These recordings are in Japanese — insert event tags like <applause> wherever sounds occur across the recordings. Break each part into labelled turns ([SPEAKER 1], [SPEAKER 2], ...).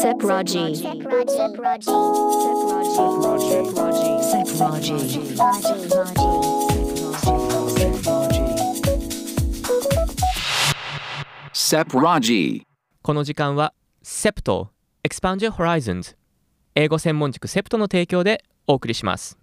[SPEAKER 1] Sepraji.
[SPEAKER 2] Sepraji.
[SPEAKER 1] Sepraji. Sepraji.
[SPEAKER 3] Sepraji.
[SPEAKER 4] この時間は SEPT Expand Your Horizons 英語専門塾 SEPT の提供でお送りします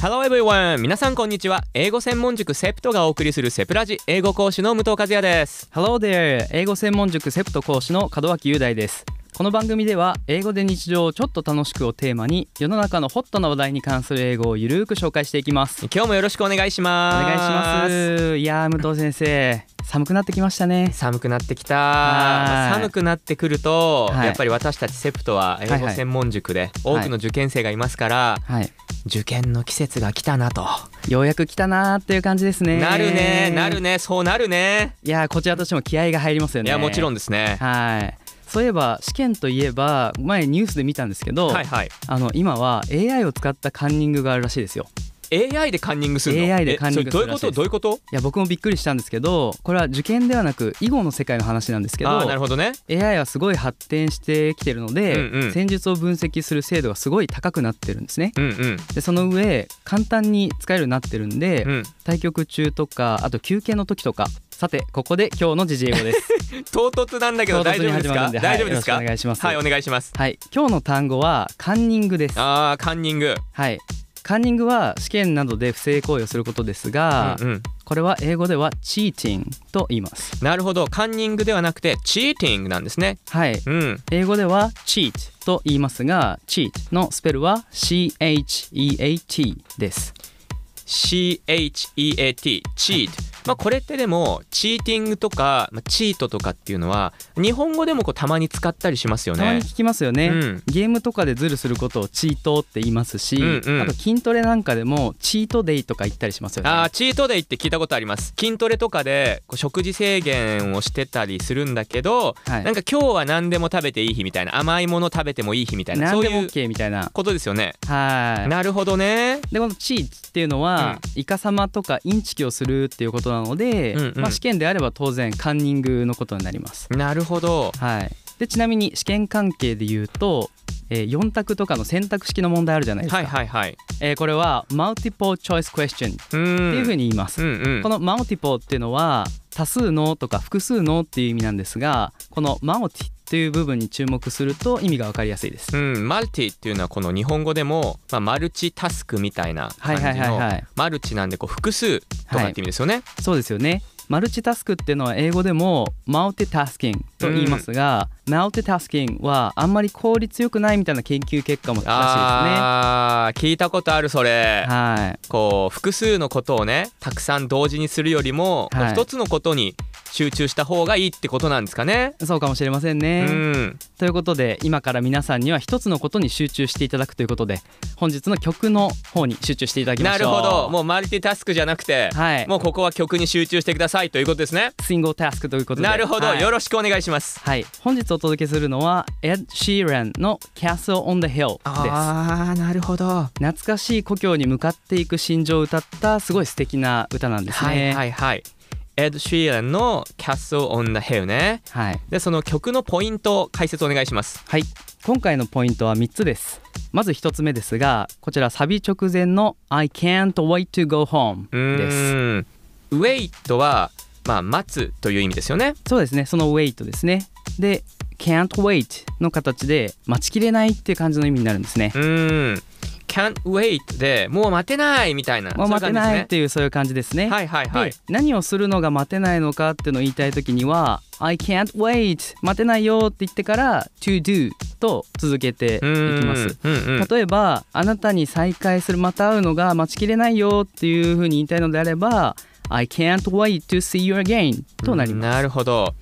[SPEAKER 4] ハローエブリワン皆さんこんにちは英語専門塾 SEPT がお送りするセプラジ英語講師の武藤和也です
[SPEAKER 5] Hello there! 英語専門塾セプト講師の門脇雄大です。この番組では英語で日常をちょっと楽しくをテーマに世の中のホットな話題に関する英語をゆるーく紹介していきます。
[SPEAKER 4] 今日もよろしくお願いし
[SPEAKER 5] お
[SPEAKER 4] ます
[SPEAKER 5] 願いします。いやー武藤先生、寒くなってきましたね。
[SPEAKER 4] 寒くなってきた、
[SPEAKER 5] い
[SPEAKER 4] まあ寒くなってくると、
[SPEAKER 5] はい
[SPEAKER 4] やっぱり私たちセプトは英
[SPEAKER 5] はい
[SPEAKER 4] 語
[SPEAKER 5] はい
[SPEAKER 4] 専門塾で多くの受験生がいますから、
[SPEAKER 5] はい。
[SPEAKER 4] 受験の季節が来たなと、
[SPEAKER 5] ようやく来たなーっていう感じですね。
[SPEAKER 4] なるねなる。ねそうなるね
[SPEAKER 5] いやーこちらとしても気合が入りますよ
[SPEAKER 4] い
[SPEAKER 5] ね。
[SPEAKER 4] やもちろん
[SPEAKER 5] ん。
[SPEAKER 4] ですね
[SPEAKER 5] はい。そういえば試験といえば前ニュースで見たんですけど、
[SPEAKER 4] はいはい
[SPEAKER 5] あの今は AI を使ったカンニングがあるらしいですよ。
[SPEAKER 4] AI でカンニングするの
[SPEAKER 5] AI でカンニング
[SPEAKER 4] え
[SPEAKER 5] す
[SPEAKER 4] それど
[SPEAKER 5] る
[SPEAKER 4] ういう
[SPEAKER 5] ら
[SPEAKER 4] こ
[SPEAKER 5] しい
[SPEAKER 4] と
[SPEAKER 5] です
[SPEAKER 4] どういうこと
[SPEAKER 5] いや僕もびっくりしたんですけどこれは受験ではなく囲碁の世界の話なんですけど
[SPEAKER 4] ああーなるほどね
[SPEAKER 5] AI はすごい発展してきてるので、
[SPEAKER 4] うんうん
[SPEAKER 5] 戦術を分析する精度がすごい高くなってるんですね。
[SPEAKER 4] うんうん
[SPEAKER 5] でその上簡単に使えるようになってるんで、
[SPEAKER 4] うん、
[SPEAKER 5] 対局中とかあと休憩の時とかさてここで今日の時事英語です
[SPEAKER 4] <laughs> 唐突なんだけど大
[SPEAKER 5] 唐突
[SPEAKER 4] 丈
[SPEAKER 5] に
[SPEAKER 4] 夫です
[SPEAKER 5] 始まる
[SPEAKER 4] か
[SPEAKER 5] んで
[SPEAKER 4] 大丈夫ですか
[SPEAKER 5] はい、よろしくお願いします
[SPEAKER 4] はいお願いします
[SPEAKER 5] はい今日の単語はカンニングです
[SPEAKER 4] あーカンニング
[SPEAKER 5] はいカンニングは試験などで不正行為をすることですが、
[SPEAKER 4] うんうん、
[SPEAKER 5] これは英語ではチーティングと言います
[SPEAKER 4] なるほどカンニングではなくてチーティングなんですね
[SPEAKER 5] はい
[SPEAKER 4] うん
[SPEAKER 5] 英語では cheat と言いますが cheat のスペルは CHEAT です。
[SPEAKER 4] CHEAT チート、まあ、これってでもチーティングとか、まあ、チートとかっていうのは日本語でもこうたまに使ったりしますよ
[SPEAKER 5] たまに
[SPEAKER 4] ね
[SPEAKER 5] 聞きますよね、
[SPEAKER 4] うん
[SPEAKER 5] ゲームとかでズルすることをチートって言いますし、
[SPEAKER 4] うんうん
[SPEAKER 5] あと筋トレなんかでもチートデイとか言ったりしますよね
[SPEAKER 4] あーチートデイって聞いたことあります筋トレとかでこう食事制限をしてたりするんだけど、
[SPEAKER 5] はい
[SPEAKER 4] なんか今日は何でも食べていい日みたいな甘いもの食べてもいい日みたいな
[SPEAKER 5] 何
[SPEAKER 4] そう
[SPEAKER 5] でも
[SPEAKER 4] いう
[SPEAKER 5] OK みたいな
[SPEAKER 4] ことですよね
[SPEAKER 5] はい
[SPEAKER 4] なるほどね
[SPEAKER 5] でこのチートっていうのは、イカ様とかインチキをするっていうことなので、
[SPEAKER 4] うんうん
[SPEAKER 5] まあ、試験であれば当然カンニングのことになります
[SPEAKER 4] なるほど
[SPEAKER 5] はい、でちなみに試験関係で言うと、え4択とかの選択式の問題あるじゃないですか、
[SPEAKER 4] はいはいはい
[SPEAKER 5] えーこれは multiple choice question って
[SPEAKER 4] うーん
[SPEAKER 5] いうふうに言います、
[SPEAKER 4] うんうん
[SPEAKER 5] この multiple っていうのは多数のとか複数のっていう意味なんですがこの multi っていう部分に注目すると意味がわかりやすいです、
[SPEAKER 4] うん、マルチっていうのはこの日本語でも、まあ、マルチタスクみたいな感じの、
[SPEAKER 5] はいはいはいはい
[SPEAKER 4] マルチなんでこう複数とかって意味ですよね。
[SPEAKER 5] そうですよねマルチタスクっていうのは英語でも multitasking と言いますが、multitasking はあんまり効率よくないみたいな研究結果もらし
[SPEAKER 4] あー聞いたことあるそ
[SPEAKER 5] いで
[SPEAKER 4] れ
[SPEAKER 5] すね。はい
[SPEAKER 4] こう複数のことをねたくさん同時にするよりも、
[SPEAKER 5] はい
[SPEAKER 4] 一つのことに集中した方がいいってことなんですかね。
[SPEAKER 5] そうかもしれません
[SPEAKER 4] う
[SPEAKER 5] ね。
[SPEAKER 4] ん、
[SPEAKER 5] ということで今から皆さんには一つのことに集中していただくということで本日の曲の方に集中していただきま
[SPEAKER 4] な
[SPEAKER 5] し
[SPEAKER 4] る
[SPEAKER 5] ょう
[SPEAKER 4] ほどもうマルチタスクじゃなくて、
[SPEAKER 5] はい
[SPEAKER 4] もうここは曲に集中してくださいということですね。
[SPEAKER 5] スイングタスクということで
[SPEAKER 4] なるほど、
[SPEAKER 5] はい、
[SPEAKER 4] よろしくお願いします。
[SPEAKER 5] はい、本日お届けするのは Ed Sheeran の Castle on the Hill です
[SPEAKER 4] あーなるほど、
[SPEAKER 5] 懐かしい故郷に向かっていく心情を歌ったすごい素敵な歌なんです
[SPEAKER 4] はい
[SPEAKER 5] ね、
[SPEAKER 4] はいいはい。エド・シーランの「Castle on the Hill ね」
[SPEAKER 5] はい
[SPEAKER 4] でその曲のポイント解説お願いします。
[SPEAKER 5] はい、今回のポイントは3つですまず1つ目ですがこちらサビ直前の I can't wait to go home
[SPEAKER 4] うー
[SPEAKER 5] です
[SPEAKER 4] ん「Wait」は、まあ、待つという意味ですよね。
[SPEAKER 5] そうですね、その wait ですね。で、can't wait の形で待ちきれないっていう感じの意味になるんですね
[SPEAKER 4] う。ーん「Can't wait」でもう待てないみたいな。
[SPEAKER 5] もう待てないっ
[SPEAKER 4] い
[SPEAKER 5] ていうそういう感じですね。
[SPEAKER 4] はいはいはい
[SPEAKER 5] で。何をするのが待てないのかっていうのを言いたい時には I can't wait 待てないよって言ってから to do と続けていき
[SPEAKER 4] うーん
[SPEAKER 5] ます。
[SPEAKER 4] うんうん
[SPEAKER 5] 例えばあなたに再会するまた会うのが待ちきれないよっていうふうに言いたいのであれば I can't wait to see you again となります。
[SPEAKER 4] なるほど。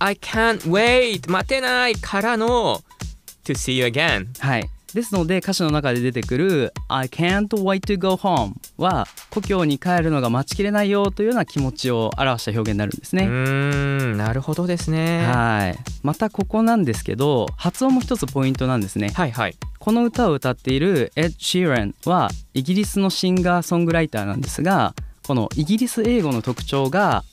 [SPEAKER 4] 「I can't wait」待てないからの「to see you again」
[SPEAKER 5] はい、ですので歌詞の中で出てくる「I can't wait to go home」は故郷に帰るのが待ちきれないよというような気持ちを表した表現になるんです
[SPEAKER 4] う
[SPEAKER 5] ね。
[SPEAKER 4] ーんなるほどですねは
[SPEAKER 5] はいまたここなんですけど発音も一つポイントなんですね
[SPEAKER 4] いはい
[SPEAKER 5] この歌を歌っているエッド・シーランはイギリスのシンガーソングライターなんですがこのイギリス英語の特徴が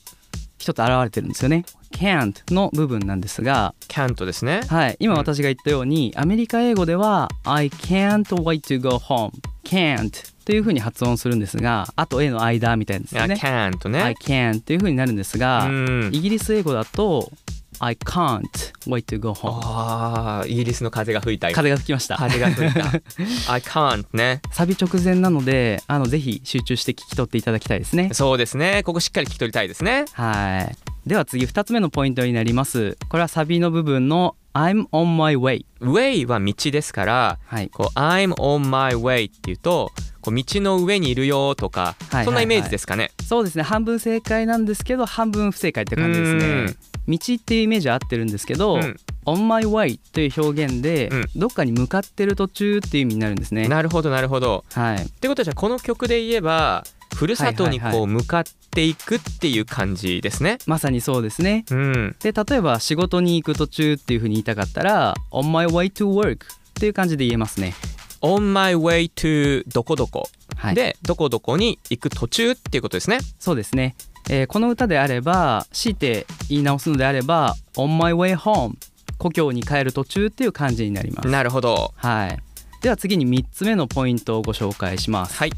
[SPEAKER 5] 一つ現れてるんですよね can't の部分なんですが
[SPEAKER 4] キャントですね
[SPEAKER 5] はい、今
[SPEAKER 4] うん
[SPEAKER 5] 私が言ったように、アメリカ英語では「I can't wait to go home」「can't」というふうに発音するんですがあと A の間みたいです
[SPEAKER 4] キ
[SPEAKER 5] よね「
[SPEAKER 4] ャント
[SPEAKER 5] I
[SPEAKER 4] ね
[SPEAKER 5] can't」というふうになるんです
[SPEAKER 4] う
[SPEAKER 5] が、
[SPEAKER 4] ん
[SPEAKER 5] イギリス英語だと「I can't wait to go home
[SPEAKER 4] あーイギリスの風が吹いた」今
[SPEAKER 5] 風が吹きました、
[SPEAKER 4] 風が吹いた I can't ね
[SPEAKER 5] <laughs> サビ直前なのであのぜひ集中して聞き取っていただきたいですね
[SPEAKER 4] そうですねここしっかり聞き取りたいですね
[SPEAKER 5] はいでは次2つ目のポイントになりますこれはサビの部分の「I'm on my way
[SPEAKER 4] way は道ですから」
[SPEAKER 5] はい
[SPEAKER 4] こう I'm on my way っていうとこう道の上にいるよとか、
[SPEAKER 5] はい
[SPEAKER 4] そんなイメージですかね
[SPEAKER 5] そうですね半分正解なんですけど半分不正解って感じですね道っていうイメージは合ってるんですけど、
[SPEAKER 4] うん
[SPEAKER 5] on my way という表現で、
[SPEAKER 4] うん
[SPEAKER 5] どっかに向かってる途中っていう意味になるんですね
[SPEAKER 4] なるほどなるほど
[SPEAKER 5] はい
[SPEAKER 4] ってことはじゃあこの曲で言えばふるさとに
[SPEAKER 5] はいはい
[SPEAKER 4] こう向かっていくっていう感じですね。
[SPEAKER 5] まさにそうですね
[SPEAKER 4] うん、
[SPEAKER 5] で例えば仕事に行く途中っていうふうに言いたかったら on my way to work っていう感じで言えますね
[SPEAKER 4] On my way to どこどこ、
[SPEAKER 5] はい
[SPEAKER 4] でどこどこに行く途中っていうことですね。
[SPEAKER 5] そうですね、えーこの歌であれば強いて言い直すのであれば on my way home 故郷に帰る途中っていう感じになります
[SPEAKER 4] なるほど。
[SPEAKER 5] はいでは次に3つ目のポイントをご紹介します
[SPEAKER 4] はい。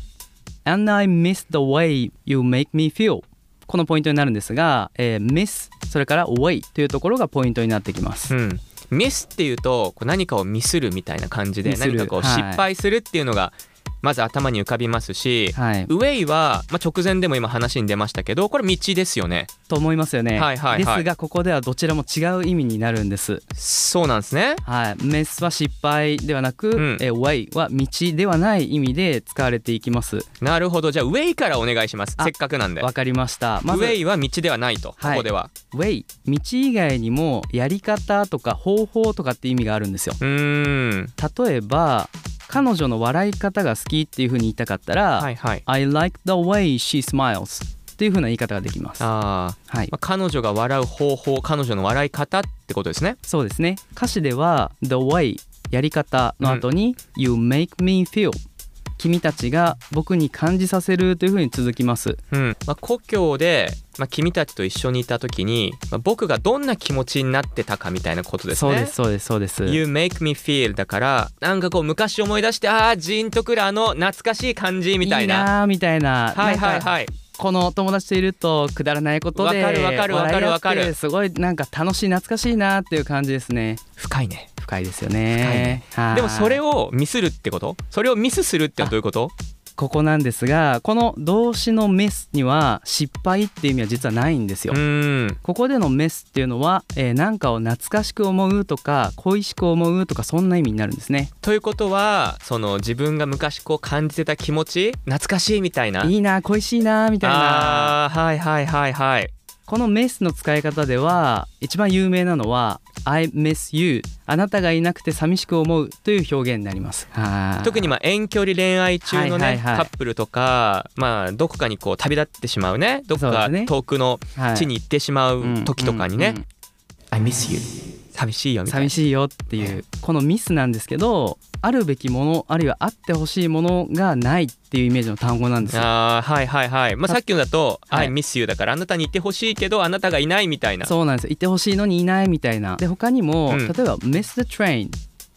[SPEAKER 5] And I miss the way you make me feel このポイントになるんですが、えー miss それから way というところがポイントになってきます、
[SPEAKER 4] うん。ミスっていうとこう何かをミスるみたいな感じで
[SPEAKER 5] ミスる
[SPEAKER 4] 何かこう
[SPEAKER 5] はい
[SPEAKER 4] 失敗するっていうのがまず頭に浮かびますし、
[SPEAKER 5] はい、
[SPEAKER 4] ウェイは、まあ、直前でも今話に出ましたけどこれ道ですよね。
[SPEAKER 5] と思いますよね、
[SPEAKER 4] はいはいはい
[SPEAKER 5] ですがここではどちらも違う意味になるんです、
[SPEAKER 4] そうなんですね。
[SPEAKER 5] はい、miss は失敗ではなく、
[SPEAKER 4] ん
[SPEAKER 5] えー way は道ではない意味で使われていきます
[SPEAKER 4] なるほどじゃあウェイからお願いします
[SPEAKER 5] あ
[SPEAKER 4] せっかくなんで。
[SPEAKER 5] わかりましたま
[SPEAKER 4] ウ
[SPEAKER 5] ず
[SPEAKER 4] ェイは道ではないと、
[SPEAKER 5] はい
[SPEAKER 4] ここでは。
[SPEAKER 5] way 道以外にもやり方とか方法とかって意味があるんですよ
[SPEAKER 4] うーん。
[SPEAKER 5] 例えば彼女の笑い方が好きっていうふうに言いたかったら、
[SPEAKER 4] はいはい。
[SPEAKER 5] I like the way she smiles というふうな言い方ができます。は
[SPEAKER 4] あー
[SPEAKER 5] い
[SPEAKER 4] まあ、、彼女が笑う方法、彼女の笑い方ってことですね。
[SPEAKER 5] そうですね。歌詞では the way やり方の後に、you make me feel 君たちが僕に感じさせるというふうに続きます。
[SPEAKER 4] うん。まあ、故郷で、まあ、君たちと一緒にいた時に、まあ、僕がどんな気持ちになってたかみたいなことです
[SPEAKER 5] そう
[SPEAKER 4] ね。
[SPEAKER 5] ですそうですそうです。
[SPEAKER 4] You make me feel だからなんかこう昔思い出してああジーンとくるあの懐かしい感じみたい
[SPEAKER 5] いい
[SPEAKER 4] な
[SPEAKER 5] なあみたいな。
[SPEAKER 4] はいはい
[SPEAKER 5] なんか
[SPEAKER 4] はい
[SPEAKER 5] この友達といるとくだらないことで
[SPEAKER 4] わかるわかるわかるわかる
[SPEAKER 5] 笑い合ってすごいなんか楽しい懐かしいなっていう感じですね。
[SPEAKER 4] 深いね
[SPEAKER 5] 深いですよ
[SPEAKER 4] 深い
[SPEAKER 5] ね
[SPEAKER 4] ね。
[SPEAKER 5] はい
[SPEAKER 4] でもそれをミスるってことそれをミスするってのはどういうこと
[SPEAKER 5] ここなんですがこの動詞の「メス」には失敗っていう意味は実はないんです
[SPEAKER 4] う
[SPEAKER 5] よ。
[SPEAKER 4] ーん
[SPEAKER 5] ここでの「メス」っていうのは、えーなんかを懐かしく思うとか恋しく思うとかそんな意味になるんですね。
[SPEAKER 4] ということはその自分が昔こう感じてた気持ち懐かしいみたいない
[SPEAKER 5] いな恋しいなみたいな
[SPEAKER 4] あーはいはいはいはい
[SPEAKER 5] この「メス」の使い方では一番有名なのは「I miss you」あなたがいなくて寂しく思うという表現になります。はい
[SPEAKER 4] 特にまあ遠距離恋愛中のね、
[SPEAKER 5] はいはいはい
[SPEAKER 4] カップルとかまあどこかにこう旅立ってしまうねどこ
[SPEAKER 5] そう
[SPEAKER 4] か
[SPEAKER 5] ですね
[SPEAKER 4] 遠くの
[SPEAKER 5] はい
[SPEAKER 4] 地に行ってしまう時とかに
[SPEAKER 5] うんう
[SPEAKER 4] ね
[SPEAKER 5] んうん
[SPEAKER 4] 「I miss you」寂しいよみたいな
[SPEAKER 5] 寂しいよっていうこのミスなんですけどあるべきものあるいはあってほしいものがないっていうイメージの単語なんですよ。
[SPEAKER 4] あーはいはいはい、まあ、
[SPEAKER 5] た
[SPEAKER 4] さっきのだと「
[SPEAKER 5] はい
[SPEAKER 4] I miss you」だからあなたにいてほしいけどあなたがいないみたいな
[SPEAKER 5] そうなんですよいてほしいのにいないみたいな。で他にも、
[SPEAKER 4] うん
[SPEAKER 5] 例えば「miss the train」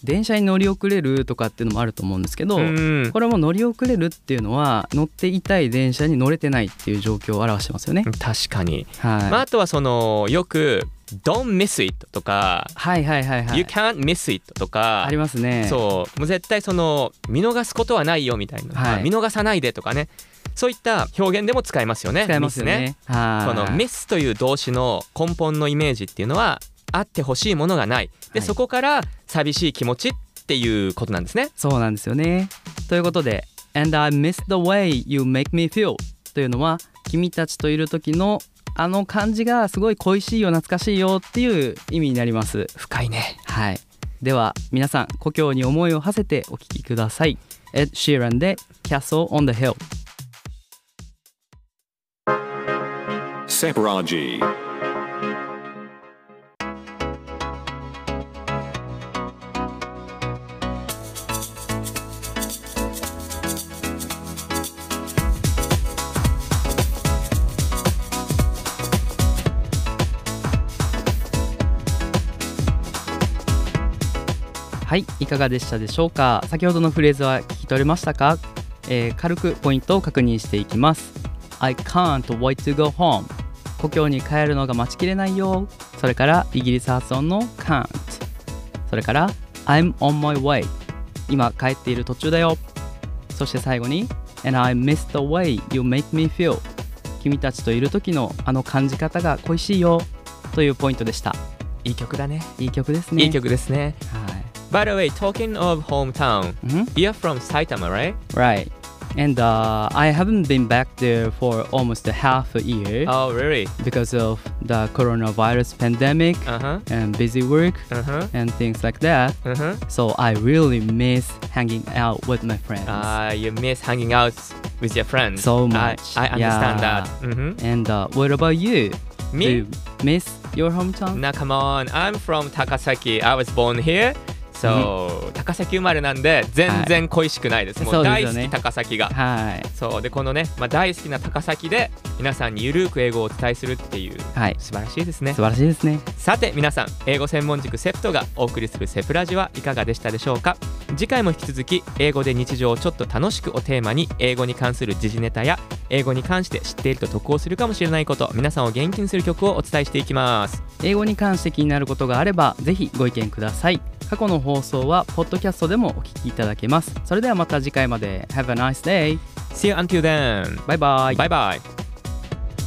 [SPEAKER 5] 電車に乗り遅れるとかっていうのもあると思うんですけど、
[SPEAKER 4] うん
[SPEAKER 5] これも乗り遅れるっていうのは乗っていたい電車に乗れてないっていう状況を表してますよね。
[SPEAKER 4] 確かに、
[SPEAKER 5] はい、
[SPEAKER 4] まあ、あとはそのよく「Don't miss it」とか
[SPEAKER 5] はいはいはいは
[SPEAKER 4] You
[SPEAKER 5] い。
[SPEAKER 4] can't miss it とか
[SPEAKER 5] ありますね。
[SPEAKER 4] そうもう絶対その見逃すことはないよみたいな、
[SPEAKER 5] はい
[SPEAKER 4] 見逃さないでとかねそういった表現でも使えますよね。
[SPEAKER 5] 使えますよ
[SPEAKER 4] ミ
[SPEAKER 5] ね。は
[SPEAKER 4] ス
[SPEAKER 5] い
[SPEAKER 4] ねそのミスという動詞の根本のイメージっていうのはあってほしいものがないで、
[SPEAKER 5] はい
[SPEAKER 4] そこから寂しい気持ちっていうことなんですね。
[SPEAKER 5] そうなんですよね。ということで「And I miss the way you make me feel」というのは君たちといる時のあの感じがすごい恋しいよ懐かしいよっていう意味になります。
[SPEAKER 4] 深いね。
[SPEAKER 5] はい。では皆さん故郷に思いを馳せてお聴きください Ed Sheeran で Castle on the Hill
[SPEAKER 2] Sepraji.
[SPEAKER 5] はいいかがでしたでしょうか先ほどのフレーズは聞き取れましたか、えー軽くポイントを確認していきます I can't wait to go home 故郷に帰るのが待ちきれないよそれからイギリス発音の can't それから I'm on my way 今帰っている途中だよそして最後に And I miss the way you make me feel 君たちといる時のあの感じ方が恋しいよというポイントでした
[SPEAKER 4] いい曲だね
[SPEAKER 5] いい曲ですね
[SPEAKER 4] いい曲ですね
[SPEAKER 5] はい
[SPEAKER 4] By the way talking of hometown
[SPEAKER 5] うん
[SPEAKER 4] You're from Saitama right?
[SPEAKER 5] Right. And uh, I haven't been back there for almost a half a year
[SPEAKER 4] Oh really?
[SPEAKER 5] because of the coronavirus pandemic
[SPEAKER 4] Uh huh
[SPEAKER 5] and busy work
[SPEAKER 4] Uh huh
[SPEAKER 5] and things like that.
[SPEAKER 4] Uh huh
[SPEAKER 5] So I really miss hanging out with my friends.
[SPEAKER 4] Ah, you miss hanging out with your friends.
[SPEAKER 5] So
[SPEAKER 4] I-
[SPEAKER 5] much.
[SPEAKER 4] I, understand
[SPEAKER 5] Yeah.
[SPEAKER 4] that. Mm-hmm.
[SPEAKER 5] and uh, what about you? Do
[SPEAKER 4] Me?
[SPEAKER 5] you miss your hometown?
[SPEAKER 4] Now come on. I'm from Takasaki. I was born here. So, 高崎生まれなんで全然恋しくないです。も
[SPEAKER 5] そううです
[SPEAKER 4] 大
[SPEAKER 5] よ
[SPEAKER 4] 好
[SPEAKER 5] ね
[SPEAKER 4] き高崎が。
[SPEAKER 5] はい。
[SPEAKER 4] そうでこのね、まあ、大好きな高崎で皆さんにゆるく英語をお伝えするっていう
[SPEAKER 5] はい。
[SPEAKER 4] 素晴らしいですね
[SPEAKER 5] 素晴らしいですね。
[SPEAKER 4] さて皆さん英語専門塾セプトがお送りするセプラジはいかがでしたでしょうか次回も引き続き英語で日常をちょっと楽しくをテーマに英語に関する時事ネタや英語に関して知っていると得をするかもしれないこと皆さんを元気にする曲をお伝えしていきます
[SPEAKER 5] 英語に関して気になることがあればぜひご意見ください過去の放送はポッドキャストでもお聞きいただけますそれではまた次回まで Have a nice day!
[SPEAKER 4] See you until then!
[SPEAKER 5] バイバイ
[SPEAKER 4] Bye bye!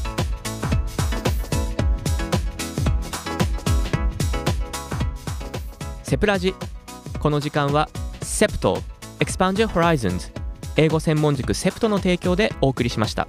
[SPEAKER 4] 「セプラジ」この時間は「セプト Expand Your Horizons」英語専門塾セプトの提供でお送りしました。